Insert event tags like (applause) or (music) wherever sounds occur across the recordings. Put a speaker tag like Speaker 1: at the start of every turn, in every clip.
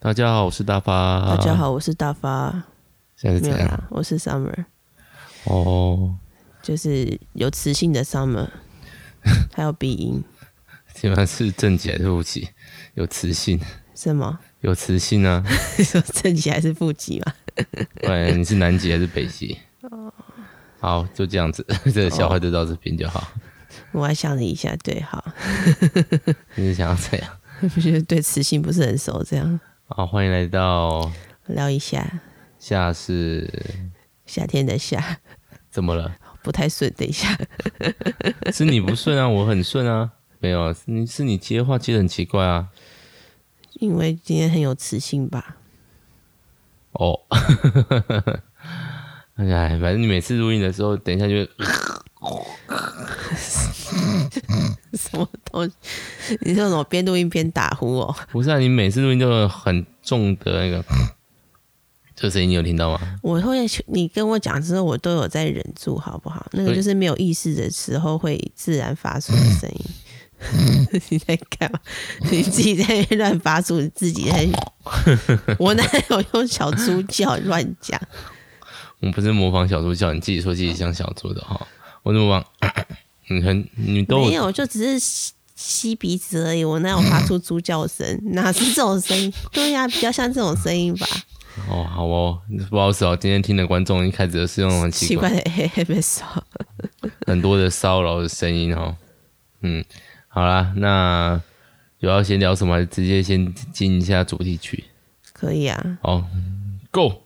Speaker 1: 大家好，我是大发。
Speaker 2: 大家，好，我是大发，
Speaker 1: 现在啊是
Speaker 2: 没有
Speaker 1: 怎样？
Speaker 2: 啦，我是 Summer，
Speaker 1: 哦，
Speaker 2: 就是有磁性
Speaker 1: (laughs)
Speaker 2: 的 Summer，还有鼻音，
Speaker 1: 基本上是正解，对不起，有磁性，
Speaker 2: 是吗？
Speaker 1: 有磁性啊。
Speaker 2: 你 (laughs) 说正极还是负极嘛？
Speaker 1: 不然你是南极还是北
Speaker 2: (laughs)
Speaker 1: 极？好，就这样子， (laughs) 这个笑话就到这边就好。
Speaker 2: 我还想了一下，对，好， (laughs)
Speaker 1: 你是想要怎样？
Speaker 2: 我觉得对磁性不是很熟，这样
Speaker 1: 好，欢迎来到
Speaker 2: 聊一下
Speaker 1: 夏是
Speaker 2: 夏天的夏
Speaker 1: 怎么了？
Speaker 2: 不太顺，等一下，
Speaker 1: 是你不顺啊，我很顺啊。没有，啊，是你是你接话接的很奇怪啊。
Speaker 2: 因为今天很有磁性吧？
Speaker 1: 哦， (laughs) 哎，反正你每次录音的时候，等一下就会
Speaker 2: 什么东西？你说什么边录音边打呼哦？
Speaker 1: 不是啊，你每次录音都有很重的那个这个声音，你有听到吗？
Speaker 2: 我会，你跟我讲之后，我都有在忍住，好不好？那个就是没有意识的时候会自然发出的声音。 (laughs) 你在干嘛？你自己在那边乱发出，你自己在。
Speaker 1: (laughs)
Speaker 2: 我哪有用小猪叫乱讲？
Speaker 1: 我不是模仿小猪叫，你自己说自己像小猪的哈，我怎么往？ (coughs) 你很你都
Speaker 2: 没有，就只是吸吸鼻子而已。我哪有发出猪叫声？哪是这种声音？对呀、比较像这种声音吧。
Speaker 1: 哦好哦，不好意思哦，今天听的观众一开始是用很奇
Speaker 2: 奇 (laughs)
Speaker 1: 怪
Speaker 2: 怪的 ASMR，
Speaker 1: 很多的骚扰的声音哦。嗯，好啦，那有要先聊什么？还是直接先进一下主题曲。
Speaker 2: 可以啊。
Speaker 1: 好，Go。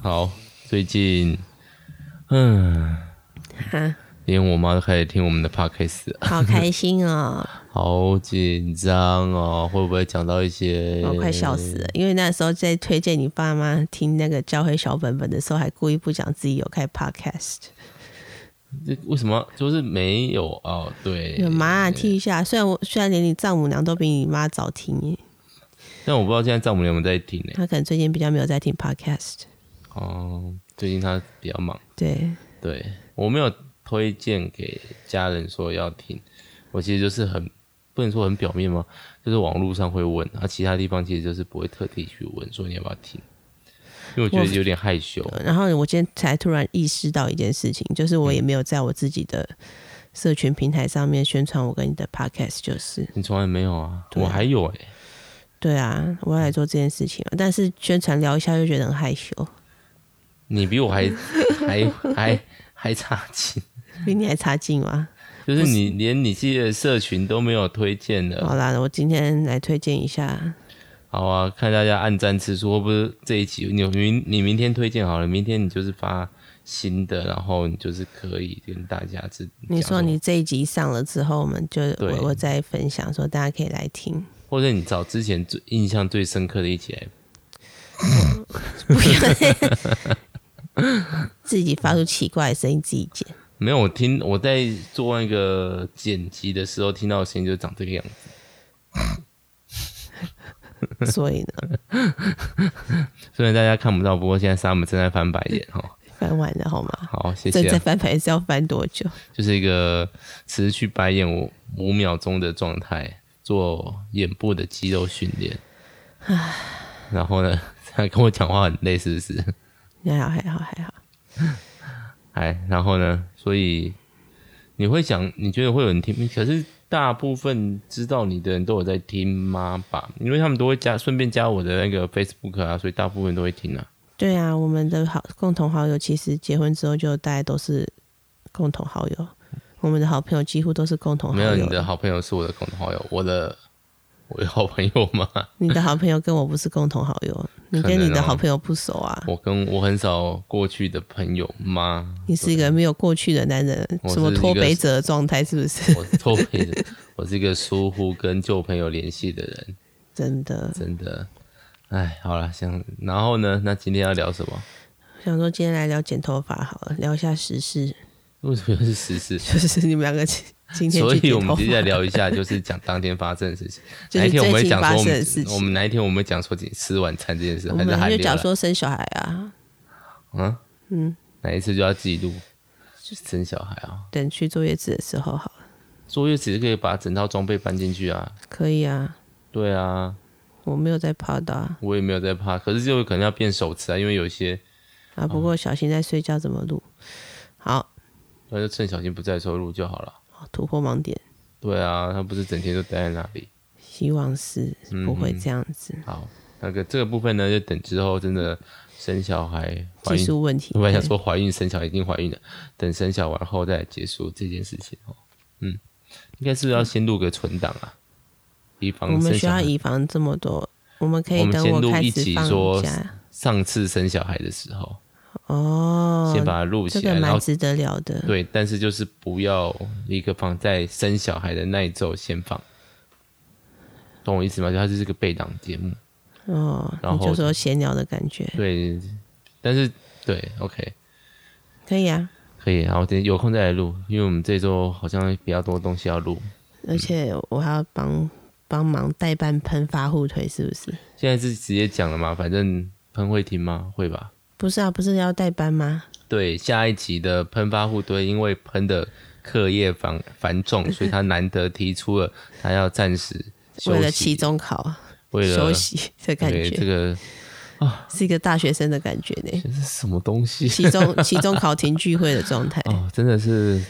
Speaker 1: 好，最近，嗯，
Speaker 2: 哈，
Speaker 1: 连我妈都开始听我们的 podcast 了，
Speaker 2: 好开心哦。
Speaker 1: 好紧张哦，会不会讲到一些？
Speaker 2: 哦我快笑死了，因为那时候在推荐你爸妈听那个教会小本本的时候，还故意不讲自己有开 podcast。
Speaker 1: 这为什么就是没有哦？对，
Speaker 2: 有妈啊听一下，虽然我虽然连你丈母娘都比你妈早听耶，
Speaker 1: 但我不知道现在丈母娘有没有在听呢。
Speaker 2: 她可能最近比较没有在听 podcast。
Speaker 1: 哦，最近她比较忙。
Speaker 2: 对，
Speaker 1: 对我没有推荐给家人说要听，我其实就是很不能说很表面嘛，就是网络上会问，啊，其他地方其实就是不会特地去问说你要不要听，因为我觉得有点害羞。
Speaker 2: 然后我今天才突然意识到一件事情，就是
Speaker 1: 嗯
Speaker 2: 我也没有在我自己的社群平台上面宣传我跟你的 podcast，就是
Speaker 1: 你从来没有啊，
Speaker 2: 对啊
Speaker 1: 我还有哎、
Speaker 2: 对啊，我也来做这件事情，啊但是宣传聊一下又觉得很害羞，
Speaker 1: 你比我还还还还差劲，
Speaker 2: 比你还差劲吗？
Speaker 1: 就是你连你自己的社群都没有推荐
Speaker 2: 好
Speaker 1: 的。
Speaker 2: 啦，我今天来推荐一下
Speaker 1: 好啊，看大家按赞次数，会不会这一集你明你明天推荐好了，明天你就是发新的，然后你就是可以跟大家知。
Speaker 2: 你
Speaker 1: 讲
Speaker 2: 说你这一集上了之后，我们就
Speaker 1: 对
Speaker 2: 我我再分享说大家可以来听，
Speaker 1: 或者你找之前最印象最深刻的一集来，
Speaker 2: 不要 (laughs) 自己发出奇怪的声音自己剪。
Speaker 1: 没有？我听我在做那个剪辑的时候，听到的声音就长这个样子，
Speaker 2: 所以呢，
Speaker 1: 虽然大家看不到，不过现在沙姆正在翻白眼哦。
Speaker 2: 翻完了好吗？
Speaker 1: 好，谢
Speaker 2: 这
Speaker 1: 谢、
Speaker 2: 再
Speaker 1: 啊，
Speaker 2: 翻牌是要翻多久？
Speaker 1: 就是一个持续白眼五五秒钟的状态，做眼部的肌肉训练。然后呢，他跟我讲话很累，是不是？
Speaker 2: 还好还好还好，
Speaker 1: 哎，然后呢？所以你会想，你觉得会有人听？可是大部分知道你的人都有在听吗？吧，因为他们都会加，顺便加我的那个 Facebook 啊，所以大部分都会听啊。
Speaker 2: 对啊，我们的好共同好友其实结婚之后就大家都是共同好友，我们的好朋友几乎都是共同好
Speaker 1: 没有，
Speaker 2: 友。
Speaker 1: 你的好朋友是我的共同好友，我的 (laughs) 我有好朋友吗？
Speaker 2: 你的好朋友跟我不是共同好友，你
Speaker 1: 可
Speaker 2: 跟你
Speaker 1: 能
Speaker 2: 的
Speaker 1: 哦
Speaker 2: 好朋友不熟啊。
Speaker 1: 我跟我很少过去的朋友吗？
Speaker 2: 你是一个没有过去的男人，
Speaker 1: 我是
Speaker 2: 什么脱
Speaker 1: 一个
Speaker 2: 北者的状态是不是？
Speaker 1: 我都没人，我是一个疏忽跟旧朋友联系的人，
Speaker 2: (laughs) 真的，
Speaker 1: 真的。哎，好了，想然后呢？那今天要聊什么？
Speaker 2: 想说今天来聊剪头发好了，聊一下时事， (laughs)
Speaker 1: 为什么又是时事？
Speaker 2: 就是你们两个今今天
Speaker 1: 所
Speaker 2: 去
Speaker 1: 以我
Speaker 2: 剪头
Speaker 1: 们
Speaker 2: 发
Speaker 1: 接下来聊一下，就是讲当天发生的事情。
Speaker 2: (laughs) 就
Speaker 1: 哪
Speaker 2: 是
Speaker 1: 一天我们会
Speaker 2: 最近
Speaker 1: 讲说
Speaker 2: 发
Speaker 1: 我
Speaker 2: 生
Speaker 1: 们
Speaker 2: 的事情
Speaker 1: 我们哪一天我们会讲说吃晚餐这件事，
Speaker 2: 我
Speaker 1: 还是还
Speaker 2: 们
Speaker 1: 没
Speaker 2: 就
Speaker 1: 有
Speaker 2: 讲
Speaker 1: 啦
Speaker 2: 说生小孩啊，
Speaker 1: 嗯
Speaker 2: 嗯，
Speaker 1: 哪一次就要自己录，就是生小孩啊，
Speaker 2: 等去坐月子的时候好了，
Speaker 1: 坐月子可以把整套装备搬进去啊。
Speaker 2: 可以啊，
Speaker 1: 对啊，
Speaker 2: 我没有在泡到啊，
Speaker 1: 我也没有在怕，可是就可能要变手持啊，因为有一些哦
Speaker 2: 啊不过小心在睡觉怎么录，好，
Speaker 1: 那就趁小新不在的时候录就好了。
Speaker 2: 好突破盲点，
Speaker 1: 对啊，他不是整天都待在那里。
Speaker 2: 希望是
Speaker 1: 嗯
Speaker 2: 不会这样子，
Speaker 1: 好，那个这个部分呢，就等之后真的生小孩、怀
Speaker 2: 技
Speaker 1: 孕。
Speaker 2: 术问题，
Speaker 1: 我本来想说怀孕生小孩已经怀孕了，等生小完后再来结束这件事情哦。嗯，应该是不是要先录个存档啊，以
Speaker 2: 对
Speaker 1: 防
Speaker 2: 我们
Speaker 1: 生
Speaker 2: 需
Speaker 1: 小
Speaker 2: 要
Speaker 1: 孩。
Speaker 2: 以防这么多，我们可
Speaker 1: 我
Speaker 2: 以
Speaker 1: 们
Speaker 2: 等
Speaker 1: 先录
Speaker 2: 开
Speaker 1: 一
Speaker 2: 始
Speaker 1: 集
Speaker 2: 放
Speaker 1: 说
Speaker 2: 假
Speaker 1: 上次生小孩的时候，
Speaker 2: 哦，
Speaker 1: 先把它录起
Speaker 2: 这
Speaker 1: 来，
Speaker 2: 个
Speaker 1: 然后
Speaker 2: 蛮值得聊的，
Speaker 1: 对，但是就是不要一个放在生小孩的那一周先放，懂我意思吗？就它就是个备档节目，
Speaker 2: 哦，
Speaker 1: 然
Speaker 2: 你
Speaker 1: 后
Speaker 2: 就说闲聊的感觉，
Speaker 1: 对，但是对，OK，
Speaker 2: 可以啊，
Speaker 1: 可以，然后等有空再来录，因为我们这周好像比较多东西要录，嗯
Speaker 2: 而且我还要帮帮忙代办喷发护腿，是不是？
Speaker 1: 现在是直接讲了嘛，反正喷会听吗？会吧？
Speaker 2: 不是啊，不是要代班吗？
Speaker 1: 对，下一集的喷发互堆，因为喷的课业繁繁
Speaker 2: (laughs)
Speaker 1: 重，所以他难得提出了他要暂时休
Speaker 2: 为了期
Speaker 1: 息，
Speaker 2: 中考
Speaker 1: 为了
Speaker 2: 休息的感
Speaker 1: 对这
Speaker 2: 觉，
Speaker 1: 个
Speaker 2: 是一个大学生的感觉呢。
Speaker 1: 这 (laughs) 是什么东西？
Speaker 2: (laughs) 期中期中考停聚会的状态，
Speaker 1: 哦，真的是，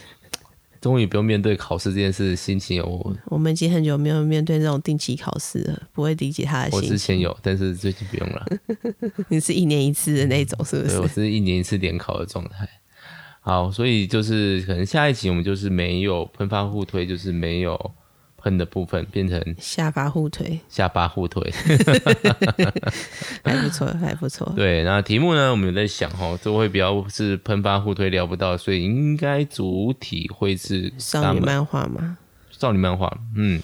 Speaker 1: 终于不用面对考试这件事，心情有我
Speaker 2: 我们已经很久没有面对这种定期考试了，不会理解他的
Speaker 1: 我之
Speaker 2: 心。
Speaker 1: 前有，但是最近不用了。
Speaker 2: 你是一年一次的那种，是不
Speaker 1: 对，我
Speaker 2: 是？
Speaker 1: 是一年一次联考的状态。好，所以就是可能下一集我们就是没有喷发互推，就是没有喷的部分，变成
Speaker 2: 下巴护腿
Speaker 1: 下巴互推。
Speaker 2: (laughs) 还不错，还不错。
Speaker 1: 对，那题目呢，我们有在想哦，这会比较是喷发互推聊不到，所以应该主体会是
Speaker 2: 少女
Speaker 1: 他们
Speaker 2: 漫画嘛，
Speaker 1: 少女漫画。嗯，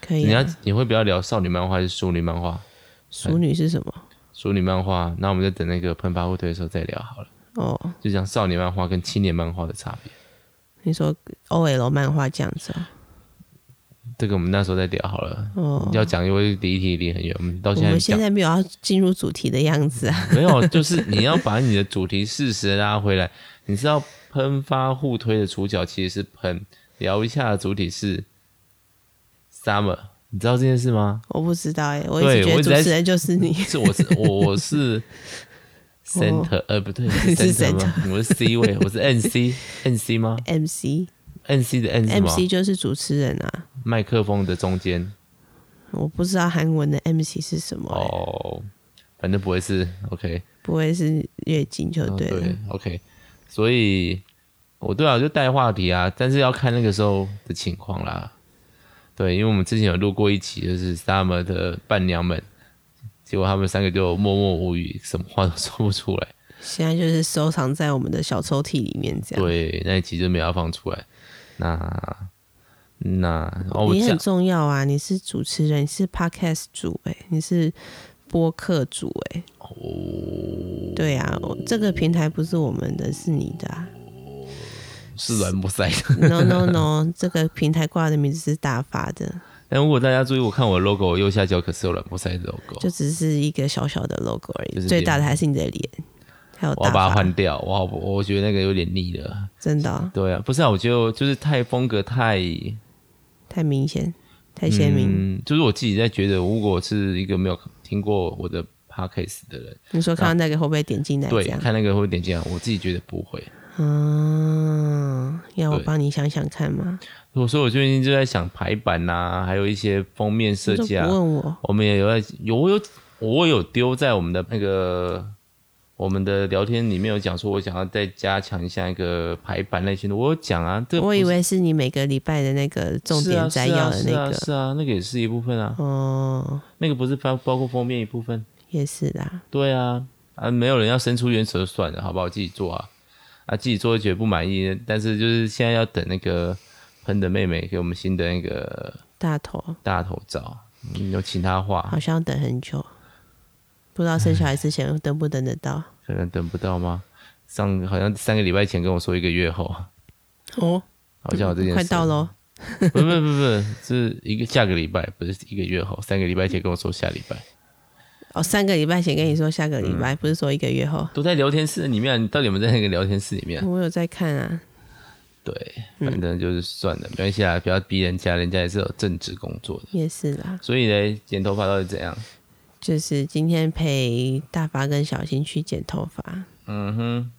Speaker 2: 可以、
Speaker 1: 你要
Speaker 2: 啊。
Speaker 1: 你会比较聊少女漫画还是淑女漫画？
Speaker 2: 熟女是什么？
Speaker 1: 淑女漫画，那我们就等那个喷发互推的时候再聊好了，
Speaker 2: 哦，
Speaker 1: 就讲少女漫画跟青年漫画的差别。
Speaker 2: 你说 OL 漫画这样子哦。
Speaker 1: 这个我们那时候再聊好了。
Speaker 2: 哦
Speaker 1: 要讲，因为离题离很远，我们到
Speaker 2: 我
Speaker 1: 现在
Speaker 2: 们现
Speaker 1: 讲
Speaker 2: 在没有要进入主题的样子
Speaker 1: (laughs)
Speaker 2: 啊。(laughs)
Speaker 1: 没有，就是你要把你的主题事实拉回来。你知道喷发互推的主角其实是喷，聊一下的主体是 Summer，你知道这件事吗？
Speaker 2: 我不知道哎、我一
Speaker 1: 对
Speaker 2: 直
Speaker 1: 我
Speaker 2: 觉得
Speaker 1: 一直
Speaker 2: 主
Speaker 1: 在
Speaker 2: 持人就是你。 (laughs)
Speaker 1: 是我是我我是 center，、呃不
Speaker 2: (laughs)
Speaker 1: 对，你
Speaker 2: 哦是
Speaker 1: 是 center 吗？我是 C 位，我是
Speaker 2: (laughs)
Speaker 1: NC NC 吗
Speaker 2: MC
Speaker 1: ？NC 的 N 是什么
Speaker 2: MC 就是主持人啊，
Speaker 1: 麦克风的中间
Speaker 2: 我不知道韩文的 MC 是什么欸、
Speaker 1: 哦，反正不会是 OK。
Speaker 2: 不会是月经就对了。
Speaker 1: o k 哦所以我对啊，就带话题啊，但是要看那个时候的情况啦。对，因为我们之前有录过一期，就是 Summer 的伴娘们，结果他们三个就默默无语，什么话都 (laughs) 说不出来。
Speaker 2: 现在就是收藏在我们的小抽屉里面这样。
Speaker 1: 对，那一集就没有要放出来。那那哦，我
Speaker 2: 你
Speaker 1: 讲
Speaker 2: 很重要啊！你是主持人，你是 podcast 主哎、你是播客主哎、
Speaker 1: 哦
Speaker 2: 对啊，我这个平台不是我们的，是你的、啊。
Speaker 1: 是软不塞的， (laughs)
Speaker 2: No no no，这个平台挂的名字是大发的，
Speaker 1: 但如果大家注意，我看我的 logo 右下角可是有软不塞的 logo，
Speaker 2: 就只是一个小小的 logo 而已，
Speaker 1: 哦就是
Speaker 2: 最大的还是你的脸，还有
Speaker 1: 我要
Speaker 2: 大
Speaker 1: 把它
Speaker 2: 发
Speaker 1: 换，掉。我好不，我觉得那个有点腻了。
Speaker 2: 真的哦、
Speaker 1: 对啊，不是啊，我觉得就是太风格太
Speaker 2: 太明显，太鲜明。
Speaker 1: 嗯，就是我自己在觉得，如果是一个没有听过我的 podcast 的人，
Speaker 2: 你说看到那个会不会点进来这
Speaker 1: 对，
Speaker 2: 样？
Speaker 1: 看那个会点进来，我自己觉得不会。
Speaker 2: 嗯，要我
Speaker 1: 对
Speaker 2: 帮你想想看吗？
Speaker 1: 我说我最近就在想排版呐、还有一些封面设
Speaker 2: 你就
Speaker 1: 计
Speaker 2: 不
Speaker 1: 啊，
Speaker 2: 问我，
Speaker 1: 我们也有在有我有我有丢在我们的那个我们的聊天里面有讲说，我想要再加强一下一个排版类型的，我有讲啊，这
Speaker 2: 我以
Speaker 1: 不是
Speaker 2: 为是你每个礼拜的那个重
Speaker 1: 是啊
Speaker 2: 点摘要的
Speaker 1: 是
Speaker 2: 那
Speaker 1: 啊是啊
Speaker 2: 个。
Speaker 1: 是啊，那个也是一部分啊，
Speaker 2: 哦，
Speaker 1: 那个不是包包括封面一部分。
Speaker 2: 也是啦，
Speaker 1: 对啊，啊，没有人要伸出援手就算了，好不好？自己做啊，啊，自己做就觉得不满意，但是就是现在要等那个喷的妹妹给我们新的那个
Speaker 2: 大头
Speaker 1: 大头照，嗯有请她画
Speaker 2: 好，像要等很久，不知道生小孩之前等不等得到。
Speaker 1: 可能等不到吗？上好像三个礼拜前跟我说一个月后，
Speaker 2: (laughs) 哦，
Speaker 1: 好像有这件事。
Speaker 2: 快到喽。
Speaker 1: 不不不不，是一个下个礼拜，不是一个月后，三个礼拜前跟我说下礼拜。
Speaker 2: 哦，三个礼拜前跟你说下个礼拜，不是说一个月后。
Speaker 1: 都在聊天室里面，你到底有没有在那个聊天室里面？
Speaker 2: 我有在看啊，
Speaker 1: 对，反正就是算了，没关系啊，不要逼人家，人家也是有正职工作的。
Speaker 2: 也是啦，
Speaker 1: 所以呢，剪头发到底怎样？
Speaker 2: 就是今天陪大发跟小新去剪头发，
Speaker 1: 嗯哼，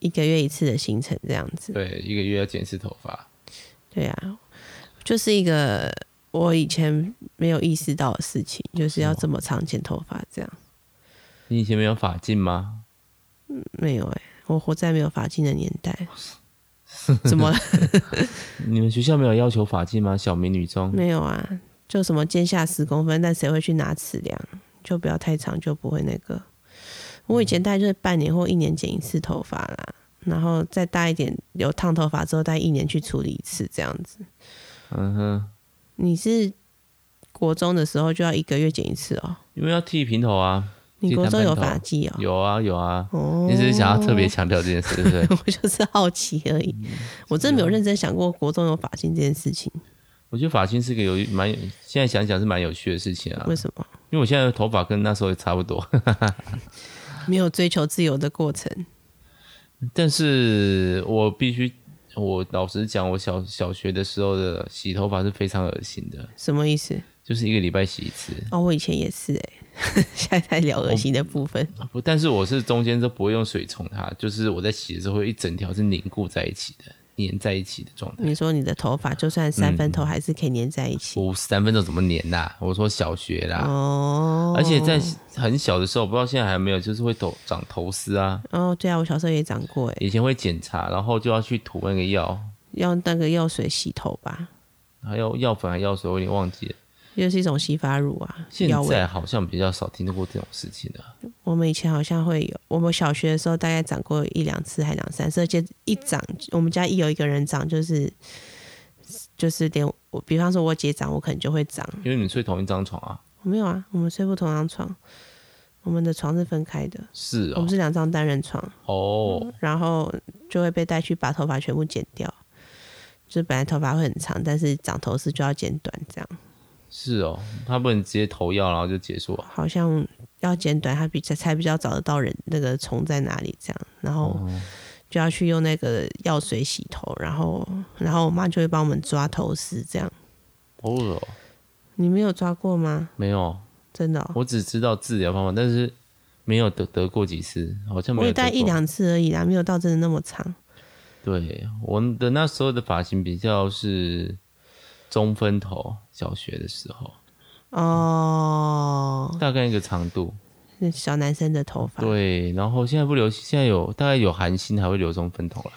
Speaker 2: 一个月一次的行程这样子。
Speaker 1: 对，一个月要剪一次头发，
Speaker 2: 对啊，就是一个我以前没有意识到的事情，就是要这么长剪头发这样。
Speaker 1: 你以前没有发镜吗？
Speaker 2: 没有哎、我活在没有发镜的年代。怎么了？
Speaker 1: 你们学校没有要求发镜吗？小美女中
Speaker 2: 没有啊，就什么肩下十公分，但谁会去拿尺量？就不要太长，就不会那个。我以前大概就是半年或一年剪一次头发啦，然后再大一点留烫头发之后，大概一年去处理一次这样子。
Speaker 1: 嗯哼，
Speaker 2: 你是国中的时候就要一个月剪一次哦、
Speaker 1: 因为要剃平头啊，
Speaker 2: 你
Speaker 1: 剃
Speaker 2: 国
Speaker 1: 单
Speaker 2: 中
Speaker 1: 班
Speaker 2: 有
Speaker 1: 头
Speaker 2: 发髻哦、
Speaker 1: 有啊有啊，
Speaker 2: 哦，
Speaker 1: 你只是想要嗯特别强调这件事，对不对？
Speaker 2: (laughs) 我就是好奇而已，我真的没有认真
Speaker 1: 啊
Speaker 2: 想过国中有发型这件事情，
Speaker 1: (laughs) 我觉得发型是个有蛮有，现在想想是蛮有趣的事情啊，
Speaker 2: 为什么
Speaker 1: 因为我现在的头发跟那时候也差不多， (laughs)
Speaker 2: 没有追求自由的过程？
Speaker 1: 但是我必须，我老实讲，我小小学的时候的洗头发是非常恶心的，
Speaker 2: 什么意思？
Speaker 1: 就是一个礼拜洗一次。
Speaker 2: 哦，我以前也是哎、欸， (laughs) 现在在聊恶心的部分，
Speaker 1: 不，但是我是中间都不会用水冲它，就是我在洗的时候会一整条是凝固在一起的，粘在一起的状态。
Speaker 2: 你说你的头发就算三分头还是可以粘在一起、
Speaker 1: 嗯我三分钟怎么粘呐、我说小学啦，
Speaker 2: 哦，
Speaker 1: 而且在很小的时候，我不知道现在还有没有，就是会头长头丝啊。
Speaker 2: 哦，对啊，我小时候也长过哎、欸，
Speaker 1: 以前会检查，然后就要去涂那个药，
Speaker 2: 用那个药水洗头吧，
Speaker 1: 还有药粉还是药水，我有点忘记了。
Speaker 2: 又是一种洗发乳啊，
Speaker 1: 现
Speaker 2: 药味。
Speaker 1: 在好像比较少听到过这种事情了、
Speaker 2: 我们以前好像会有，我们小学的时候大概长过一两次还两三次，而且一长，我们家一有一个人长就是就是连我，比方说我姐长，我可能就会长。
Speaker 1: 因为你们睡同一张床啊。
Speaker 2: 我没有啊，我们睡不同张床，我们的床是分开的，
Speaker 1: 是
Speaker 2: 我
Speaker 1: 哦
Speaker 2: 们，是两张单人床。
Speaker 1: 哦，
Speaker 2: 然后就会被带去把头发全部剪掉。就本来头发会很长，但是长头丝就要剪短，这样
Speaker 1: 是哦，他不能直接投药然后就结束啊。
Speaker 2: 好像要剪短，它比才才比较找得到人那个虫在哪里，这样，然后
Speaker 1: 哦
Speaker 2: 就要去用那个药水洗头，然后然后我妈就会帮我们抓头丝，这样。
Speaker 1: 哦哟，
Speaker 2: 你没有抓过吗？
Speaker 1: 没有，
Speaker 2: 真的哦、
Speaker 1: (laughs) 我只知道治疗方法，但是没有得得过几次，好像
Speaker 2: 我
Speaker 1: 没有
Speaker 2: 也
Speaker 1: 得
Speaker 2: 戴一
Speaker 1: 过。
Speaker 2: 两次而已啦，没有到真的那么长。
Speaker 1: 对，我的那时候的发型比较是中分头，小学的时候，
Speaker 2: 哦，
Speaker 1: 大概一个长度。
Speaker 2: 那小男生的头发，
Speaker 1: 对，然后现在不流行，现在有大概有韩星还会留中分头啦，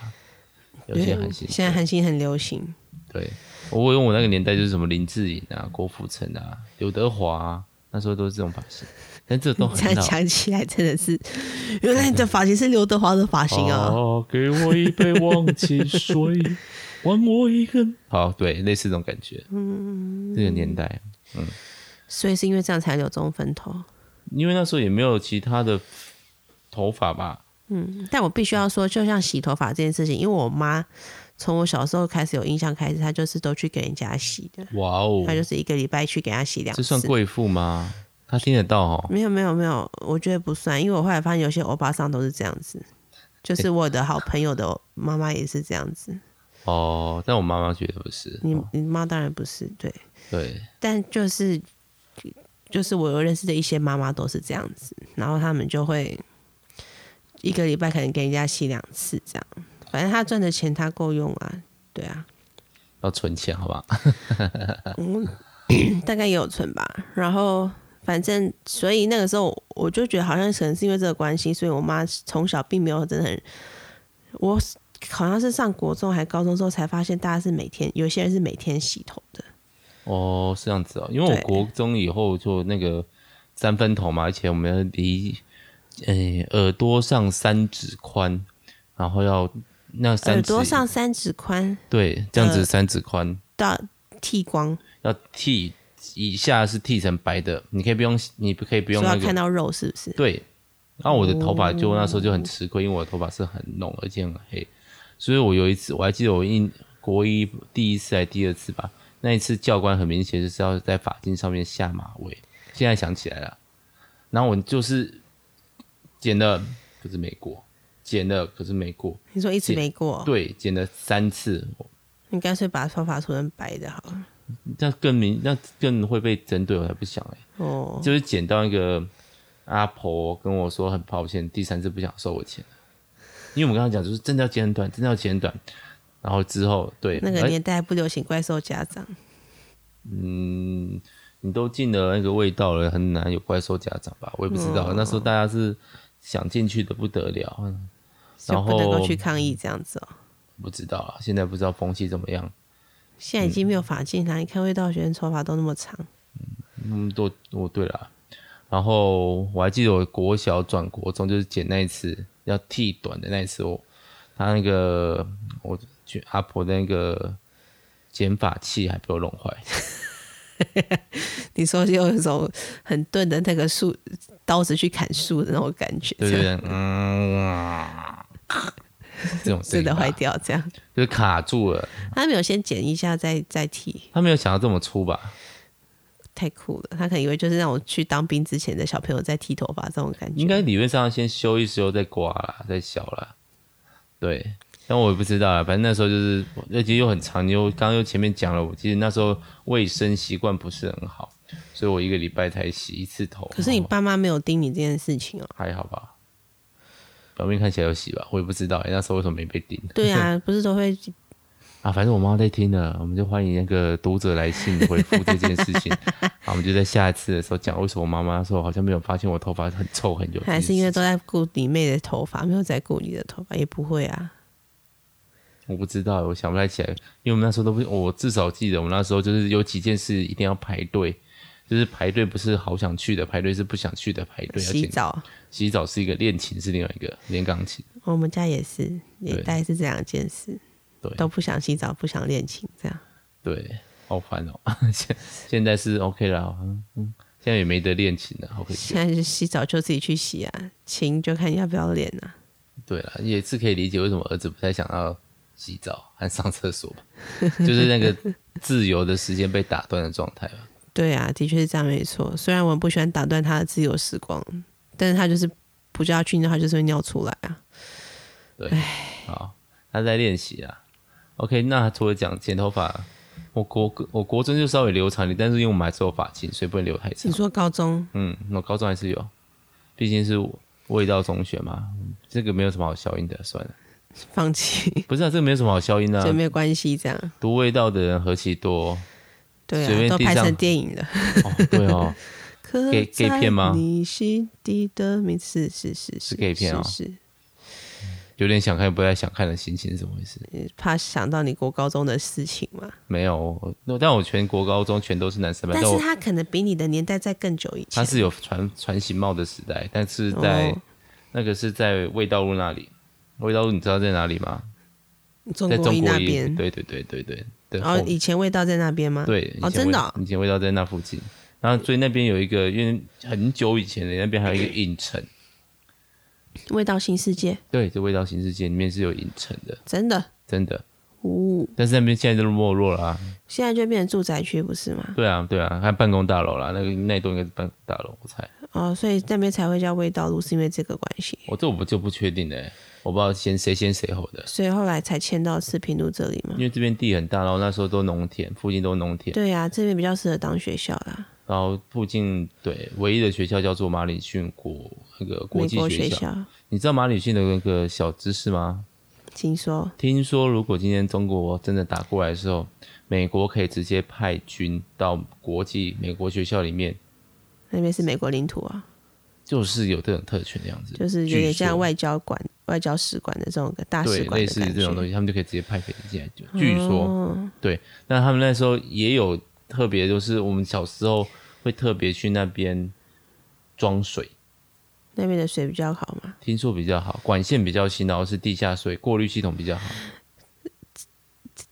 Speaker 1: 有些韩星。
Speaker 2: 嗯现在韩星很流行。
Speaker 1: 对，我用我那个年代就是什么林志颖啊、郭富城啊、刘德华、啊，那时候都是这种发型，但这
Speaker 2: (laughs)
Speaker 1: 都很
Speaker 2: 这样
Speaker 1: 老。
Speaker 2: 讲起来真的是，原来你的发型是刘德华的发型啊！
Speaker 1: 啊，给我一杯忘情水， (laughs) 还我一根。好，对，类似这种感觉。嗯，这个年代，
Speaker 2: 所以是因为这样才留中分头。
Speaker 1: 因为那时候也没有其他的头发吧，
Speaker 2: 但我必须要说，就像洗头发这件事情，因为我妈从我小时候开始有印象开始，她就是都去给人家洗的，
Speaker 1: 哇哦
Speaker 2: 她就是一个礼拜去给她洗两
Speaker 1: 这
Speaker 2: 次。
Speaker 1: 算贵妇吗？他听得到哦，
Speaker 2: 没有没有没有，我觉得不算，因为我后来发现有些欧巴桑都是这样子，就是我的好朋友的妈妈也是这样子，
Speaker 1: 哦，但我妈妈觉得不是，哦
Speaker 2: 你你妈当然不是对，
Speaker 1: 对，
Speaker 2: 但就是就是我有认识的一些妈妈都是这样子，然后他们就会一个礼拜可能给人家洗两次这样，反正他赚的钱他够用啊，对啊，
Speaker 1: 要存钱，好吧？
Speaker 2: (laughs) 大概也有存吧，然后。反正，所以那个时候我就觉得，好像可能是因为这个关系，所以我妈从小并没有真的很，我好像是上国中还高中之后才发现，大家是每天有些人是每天洗头的，
Speaker 1: 哦，是这样子哦，因为我
Speaker 2: 对
Speaker 1: 国中以后就那个三分头嘛，而且我们要离诶、耳朵上三指宽，然后要那三
Speaker 2: 耳
Speaker 1: 指
Speaker 2: 朵上三指宽
Speaker 1: 对这样子
Speaker 2: 呃
Speaker 1: 三指宽、
Speaker 2: 到剃光，
Speaker 1: 要剃，以下是剃成白的，你可以不用，你不可以不
Speaker 2: 就
Speaker 1: 用那
Speaker 2: 要
Speaker 1: 个
Speaker 2: 看到哦肉是不是？
Speaker 1: 对，然后我的头发就那时候就很吃亏，因为我的头发是很浓而且很黑，所以我有一次我还记得我印国一第一次还第二次吧，那一次教官很明显就是要在发巾上面下马威，现在想起来了，然后我就是剪了，可是没过，剪了可是没过，
Speaker 2: 你说一直
Speaker 1: 剪
Speaker 2: 没过，
Speaker 1: 对，剪了三次，
Speaker 2: 你干脆把头发涂成白的好了。
Speaker 1: 那更明，那更会被针对，我才不想哎、
Speaker 2: 哦，
Speaker 1: 就是捡到一个阿婆跟我说很抱歉，第三次不想收我钱了，因为我们刚刚讲就是真的要剪很短，真的要剪很短，然后之后对
Speaker 2: 那
Speaker 1: 哎
Speaker 2: 个年代不流行怪兽家长，
Speaker 1: 嗯，你都进了那个味道了，很难有怪兽家长吧？我也不知
Speaker 2: 哦
Speaker 1: 道，那时候大家是想进去的不得了，
Speaker 2: 就
Speaker 1: 然
Speaker 2: 不能够
Speaker 1: 后
Speaker 2: 去抗议这样子哦。
Speaker 1: 不知道啊，现在不知道风气怎么样。
Speaker 2: 现在已经没有法禁啦，你看味道学生头发都那么长，
Speaker 1: 嗯，都哦对了，然后我还记得我国小转国中就是剪那一次要剃短的那一次，我他那个我去阿婆的那个剪发器还被我弄
Speaker 2: (laughs)
Speaker 1: 坏，
Speaker 2: 你说就有一种很钝的那个树刀子去砍树的那种感觉，
Speaker 1: 对
Speaker 2: 这
Speaker 1: 对
Speaker 2: 样
Speaker 1: 对，嗯， (laughs) 啊这种声
Speaker 2: 真
Speaker 1: 音
Speaker 2: 的
Speaker 1: 吧
Speaker 2: 坏掉这样。
Speaker 1: 就是卡住了，
Speaker 2: 他没有先剪一下再再剃，
Speaker 1: 他没有想到这么粗吧？
Speaker 2: 太酷了。他可能以为就是让我去当兵之前的小朋友在剃头发这种感觉，
Speaker 1: 应该理论上先修一修再刮啦，再削啦。对，但我也不知道啦，啊反正那时候就是，而且又很长，又刚刚又前面讲了，我其实那时候卫生习惯不是很好，所以我一个礼拜才洗一次头。
Speaker 2: 可是你爸妈没有盯你这件事情哦。
Speaker 1: 还好吧？表面看起来有洗吧，我也不知道、欸、那时候为什么没被盯
Speaker 2: 对
Speaker 1: (laughs)
Speaker 2: 啊，不是都会
Speaker 1: 啊。反正我妈在听了，我们就欢迎那个读者来信回复这件事
Speaker 2: (laughs)
Speaker 1: 情。好，我们就在下一次的时候讲为什么我妈妈说好像没有发现我头发很臭很油这件事情，
Speaker 2: 还是因为都在顾你妹的头发，没有在顾你的头发，也不会啊。
Speaker 1: 我不知道，我想不太起来，因为我们那时候都不，我至少记得我们那时候就是有几件事一定要排队，就是排队不是好想去的，排队是不想去的排队。要
Speaker 2: 洗
Speaker 1: 剪，
Speaker 2: 澡，
Speaker 1: 洗澡是一个，练琴是另外一个，练钢琴。
Speaker 2: 哦我们家也是，也
Speaker 1: 对
Speaker 2: 大概是这两件事，
Speaker 1: 对
Speaker 2: 都不想洗澡，不想练琴，这样。
Speaker 1: 对，好烦哦。 (laughs) 现现在是 OK 啦，嗯，嗯现在也没得练琴了，OK。
Speaker 2: 现在是洗澡就自己去洗啊，琴就看你要不要练啊。
Speaker 1: 对了，也是可以理解为什么儿子不太想要洗澡和上厕所吧，就是那个自由的时间被打断的状态吧。
Speaker 2: 对啊，的确是这样，没错。虽然我们不喜欢打断他的自由时光，但是他就是不叫他去尿，他就是会尿出来啊。
Speaker 1: 好，他在练习啊。OK，那除了讲剪头发，我国我国中就稍微留长一点，但是因为我们还是有发型，所以不能留太
Speaker 2: 你
Speaker 1: 长。
Speaker 2: 说高中
Speaker 1: 嗯，我高中还是有，毕竟是味道中学嘛，这个没有什么好消音的，算了。
Speaker 2: 放弃
Speaker 1: 不是啊，这个没有什么好消音的、
Speaker 2: (laughs) 就
Speaker 1: 啊。
Speaker 2: 没有关系，这样
Speaker 1: 读味道的人何其多哦，
Speaker 2: 对
Speaker 1: 随
Speaker 2: 啊，
Speaker 1: 便
Speaker 2: 都
Speaker 1: 地
Speaker 2: 拍
Speaker 1: 上
Speaker 2: 成电影了。
Speaker 1: 对哦，
Speaker 2: 可
Speaker 1: gay- gay 片吗
Speaker 2: 在你心底的名字是是是
Speaker 1: 是 gay 片哦
Speaker 2: 是是
Speaker 1: 有点想看不太想看的心情是怎么回事？
Speaker 2: 你怕想到你国高中的事情嘛？
Speaker 1: 没有，我那但我全国高中全都是男生班，
Speaker 2: 但
Speaker 1: 但
Speaker 2: 是
Speaker 1: 我
Speaker 2: 他可能比你的年代在更久以前。
Speaker 1: 他是有传传形帽的时代，但是在、
Speaker 2: 哦
Speaker 1: 那个是在味道路那里。味道路你知道在哪里吗？
Speaker 2: 中
Speaker 1: 在
Speaker 2: 国
Speaker 1: 中
Speaker 2: 一
Speaker 1: 国
Speaker 2: 那
Speaker 1: 一
Speaker 2: 边，
Speaker 1: 对对对对对对。
Speaker 2: 然后
Speaker 1: 后
Speaker 2: 以前味道在那边吗？，
Speaker 1: 对，
Speaker 2: 哦
Speaker 1: 以前
Speaker 2: 真的
Speaker 1: 味
Speaker 2: 哦
Speaker 1: 以前味道在那附近，然后所以那边有一个，因为很久以前的那边还有一个影城，
Speaker 2: 味道新世界，
Speaker 1: 对，这味道新世界里面是有影城的，
Speaker 2: 真的。
Speaker 1: 真的。
Speaker 2: 呜、
Speaker 1: 但是那边现在都没落了啊，
Speaker 2: 现在就变成住宅区不是吗？
Speaker 1: 对啊对啊，还有办公大楼啦，那个那一栋应该是办公大楼，我猜。
Speaker 2: 哦，所以那边才会叫味道路，是因为这个关系，
Speaker 1: 我这我不就不确定了欸、我不知道先谁先谁后的，
Speaker 2: 所以后来才迁到四平路这里嘛
Speaker 1: 因。为这边地很大，然后那时候都农田，附近都农田，
Speaker 2: 对呀、啊这边比较适合当学校啦，
Speaker 1: 然后附近对唯一的学校叫做马里逊国那个国
Speaker 2: 美
Speaker 1: 际
Speaker 2: 国
Speaker 1: 学校。
Speaker 2: 校。
Speaker 1: 你知道马里逊的那个小知识吗？
Speaker 2: 听说
Speaker 1: 听说如果今天中国真的打过来的时候，美国可以直接派军到国际美国学校里面，
Speaker 2: 那边是美国领土啊，
Speaker 1: 就是有这种特权的样子，
Speaker 2: 就是有点
Speaker 1: 据说
Speaker 2: 像外交馆、外交使馆的这种大使
Speaker 1: 对
Speaker 2: 馆
Speaker 1: 类
Speaker 2: 的
Speaker 1: 似
Speaker 2: 感
Speaker 1: 这种东
Speaker 2: 觉。
Speaker 1: 西，他们就可以直接派飞机进来。就据说，
Speaker 2: 哦
Speaker 1: 对，那他们那时候也有特别，就是我们小时候会特别去那边装水，
Speaker 2: 那边的水比较好嘛，
Speaker 1: 听说比较好，管线比较新，然后是地下水，过滤系统比较好。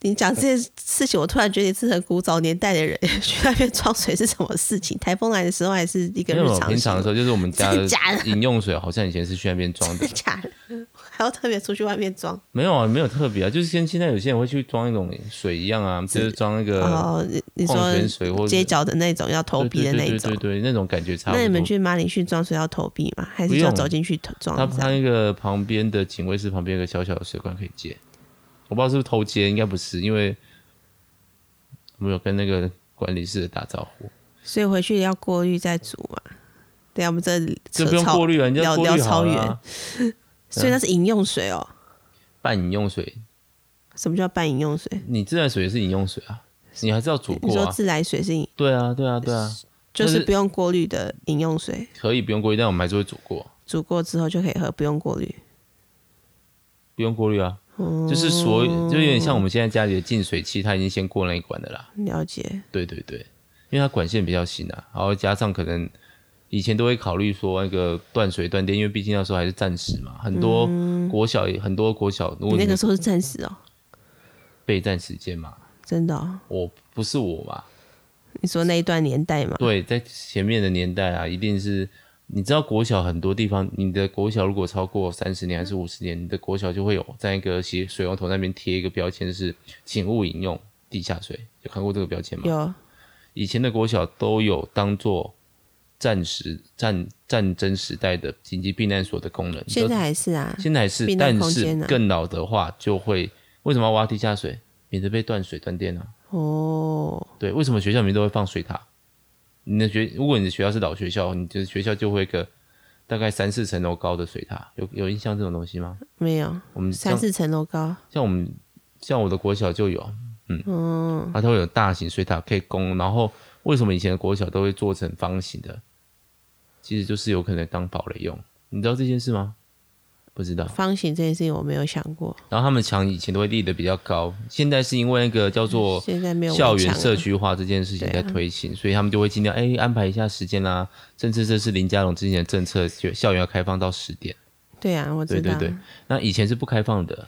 Speaker 2: 你
Speaker 1: 呃
Speaker 2: 讲这些事情，我突然觉得你是很古早年代的人， (laughs) 去那边装水是什么事情？台风来的时候还是一个
Speaker 1: 因
Speaker 2: 日
Speaker 1: 为我
Speaker 2: 常
Speaker 1: 平常的时
Speaker 2: 候，
Speaker 1: 候，
Speaker 2: (laughs)
Speaker 1: 就是我们家
Speaker 2: 真的假的 (laughs)
Speaker 1: 饮用水好像以前是去那边装的
Speaker 2: 真，假的？还要特别出去外面装
Speaker 1: 没有啊，没有特别啊，就是跟现在有些人会去装一种水一样啊，就是装那个
Speaker 2: 哦。你你
Speaker 1: 矿泉
Speaker 2: 说
Speaker 1: 水或者
Speaker 2: 街角的那种要投
Speaker 1: 对
Speaker 2: 币的
Speaker 1: 对
Speaker 2: 那
Speaker 1: 对
Speaker 2: 种
Speaker 1: 对，对对，那种感觉差不多。
Speaker 2: 那你们去马里逊装水要投币吗？还
Speaker 1: 不
Speaker 2: 是就
Speaker 1: 用
Speaker 2: 走进去投装
Speaker 1: 他
Speaker 2: 这
Speaker 1: 他
Speaker 2: 样？
Speaker 1: 那个旁边的警卫室旁边有个小小的水管可以接，我不知道是不是偷接，应该不是，因为我们有跟那个管理室的打招呼，
Speaker 2: 所以回去要过滤再煮嘛。对啊，我们这
Speaker 1: 就
Speaker 2: 扯
Speaker 1: 不用
Speaker 2: 超
Speaker 1: 过滤啊，人家
Speaker 2: 聊
Speaker 1: 过滤
Speaker 2: 聊
Speaker 1: 好
Speaker 2: 超
Speaker 1: 了
Speaker 2: 远
Speaker 1: 啊，，
Speaker 2: 所以那是饮用水哦。
Speaker 1: 半饮用水，
Speaker 2: 什么叫半饮用水？
Speaker 1: 你自来水也是饮用水啊，你还是要煮
Speaker 2: 你
Speaker 1: 过
Speaker 2: 说
Speaker 1: 啊，
Speaker 2: 自来水是饮，
Speaker 1: 对啊，对啊，对啊，
Speaker 2: 就
Speaker 1: 但
Speaker 2: 是
Speaker 1: 是
Speaker 2: 不用过滤的饮用水，
Speaker 1: 可以不用过滤，但我们还是会煮过，
Speaker 2: 煮过之后就可以喝，不用过滤。
Speaker 1: 不用过滤啊，
Speaker 2: 哦
Speaker 1: 就是所有就有点像我们现在家里的净水器，它已经先过那一关的啦。
Speaker 2: 了解，
Speaker 1: 对对对，因为它管线比较新啊，然后加上可能以前都会考虑说那个断水断电，因为毕竟那时候还是暂时嘛，很多国小、很多国小，如
Speaker 2: 嗯你
Speaker 1: 果
Speaker 2: 那
Speaker 1: 你
Speaker 2: 个时候是暂时哦，
Speaker 1: 备战时间嘛，
Speaker 2: 真的、哦。
Speaker 1: 我不是我嘛，
Speaker 2: 你说那一段年代嘛，
Speaker 1: 对，在前面的年代啊，一定是你知道国小很多地方，你的国小如果超过三十年还是五十年，你的国小就会有在一个洗水龙头那边贴一个标签是“请勿饮用地下水”，有看过这个标签吗？
Speaker 2: 有
Speaker 1: 以前的国小都有当做战时战战争时代的紧急避难所的功能。
Speaker 2: 现在还是啊
Speaker 1: 都，现在还是，
Speaker 2: 避难
Speaker 1: 但
Speaker 2: 空
Speaker 1: 是
Speaker 2: 间啊
Speaker 1: 更老的话就会为什么要挖地下水，免得被断水断电啊？
Speaker 2: 哦，
Speaker 1: 对，为什么学校里面都会放水塔？你的学如果你的学校是老学校，你的学校就会有一个大概三四层楼高的水塔，有有印象这种东西吗？
Speaker 2: 没有，
Speaker 1: 我们
Speaker 2: 三
Speaker 1: 像
Speaker 2: 四层楼高，
Speaker 1: 像我们像我的国小就有啊，
Speaker 2: 嗯，
Speaker 1: 它都会有大型水塔可以供。然后为什么以前的国小都会做成方形的？其实就是有可能当堡垒用，你知道这件事吗？不知道。
Speaker 2: 方形这件事情我没有想过，
Speaker 1: 然后他们墙以前都会立得比较高，现在是因为那个叫做
Speaker 2: 现在没有
Speaker 1: 校
Speaker 2: 围
Speaker 1: 园
Speaker 2: 墙了啊
Speaker 1: 社区化这件事情在推行，所以他们就会尽量哎安排一下时间啦。甚至这是林佳龙之前的政策，校园要开放到十点。
Speaker 2: 对啊，我知道，
Speaker 1: 对对对那以前是不开放的，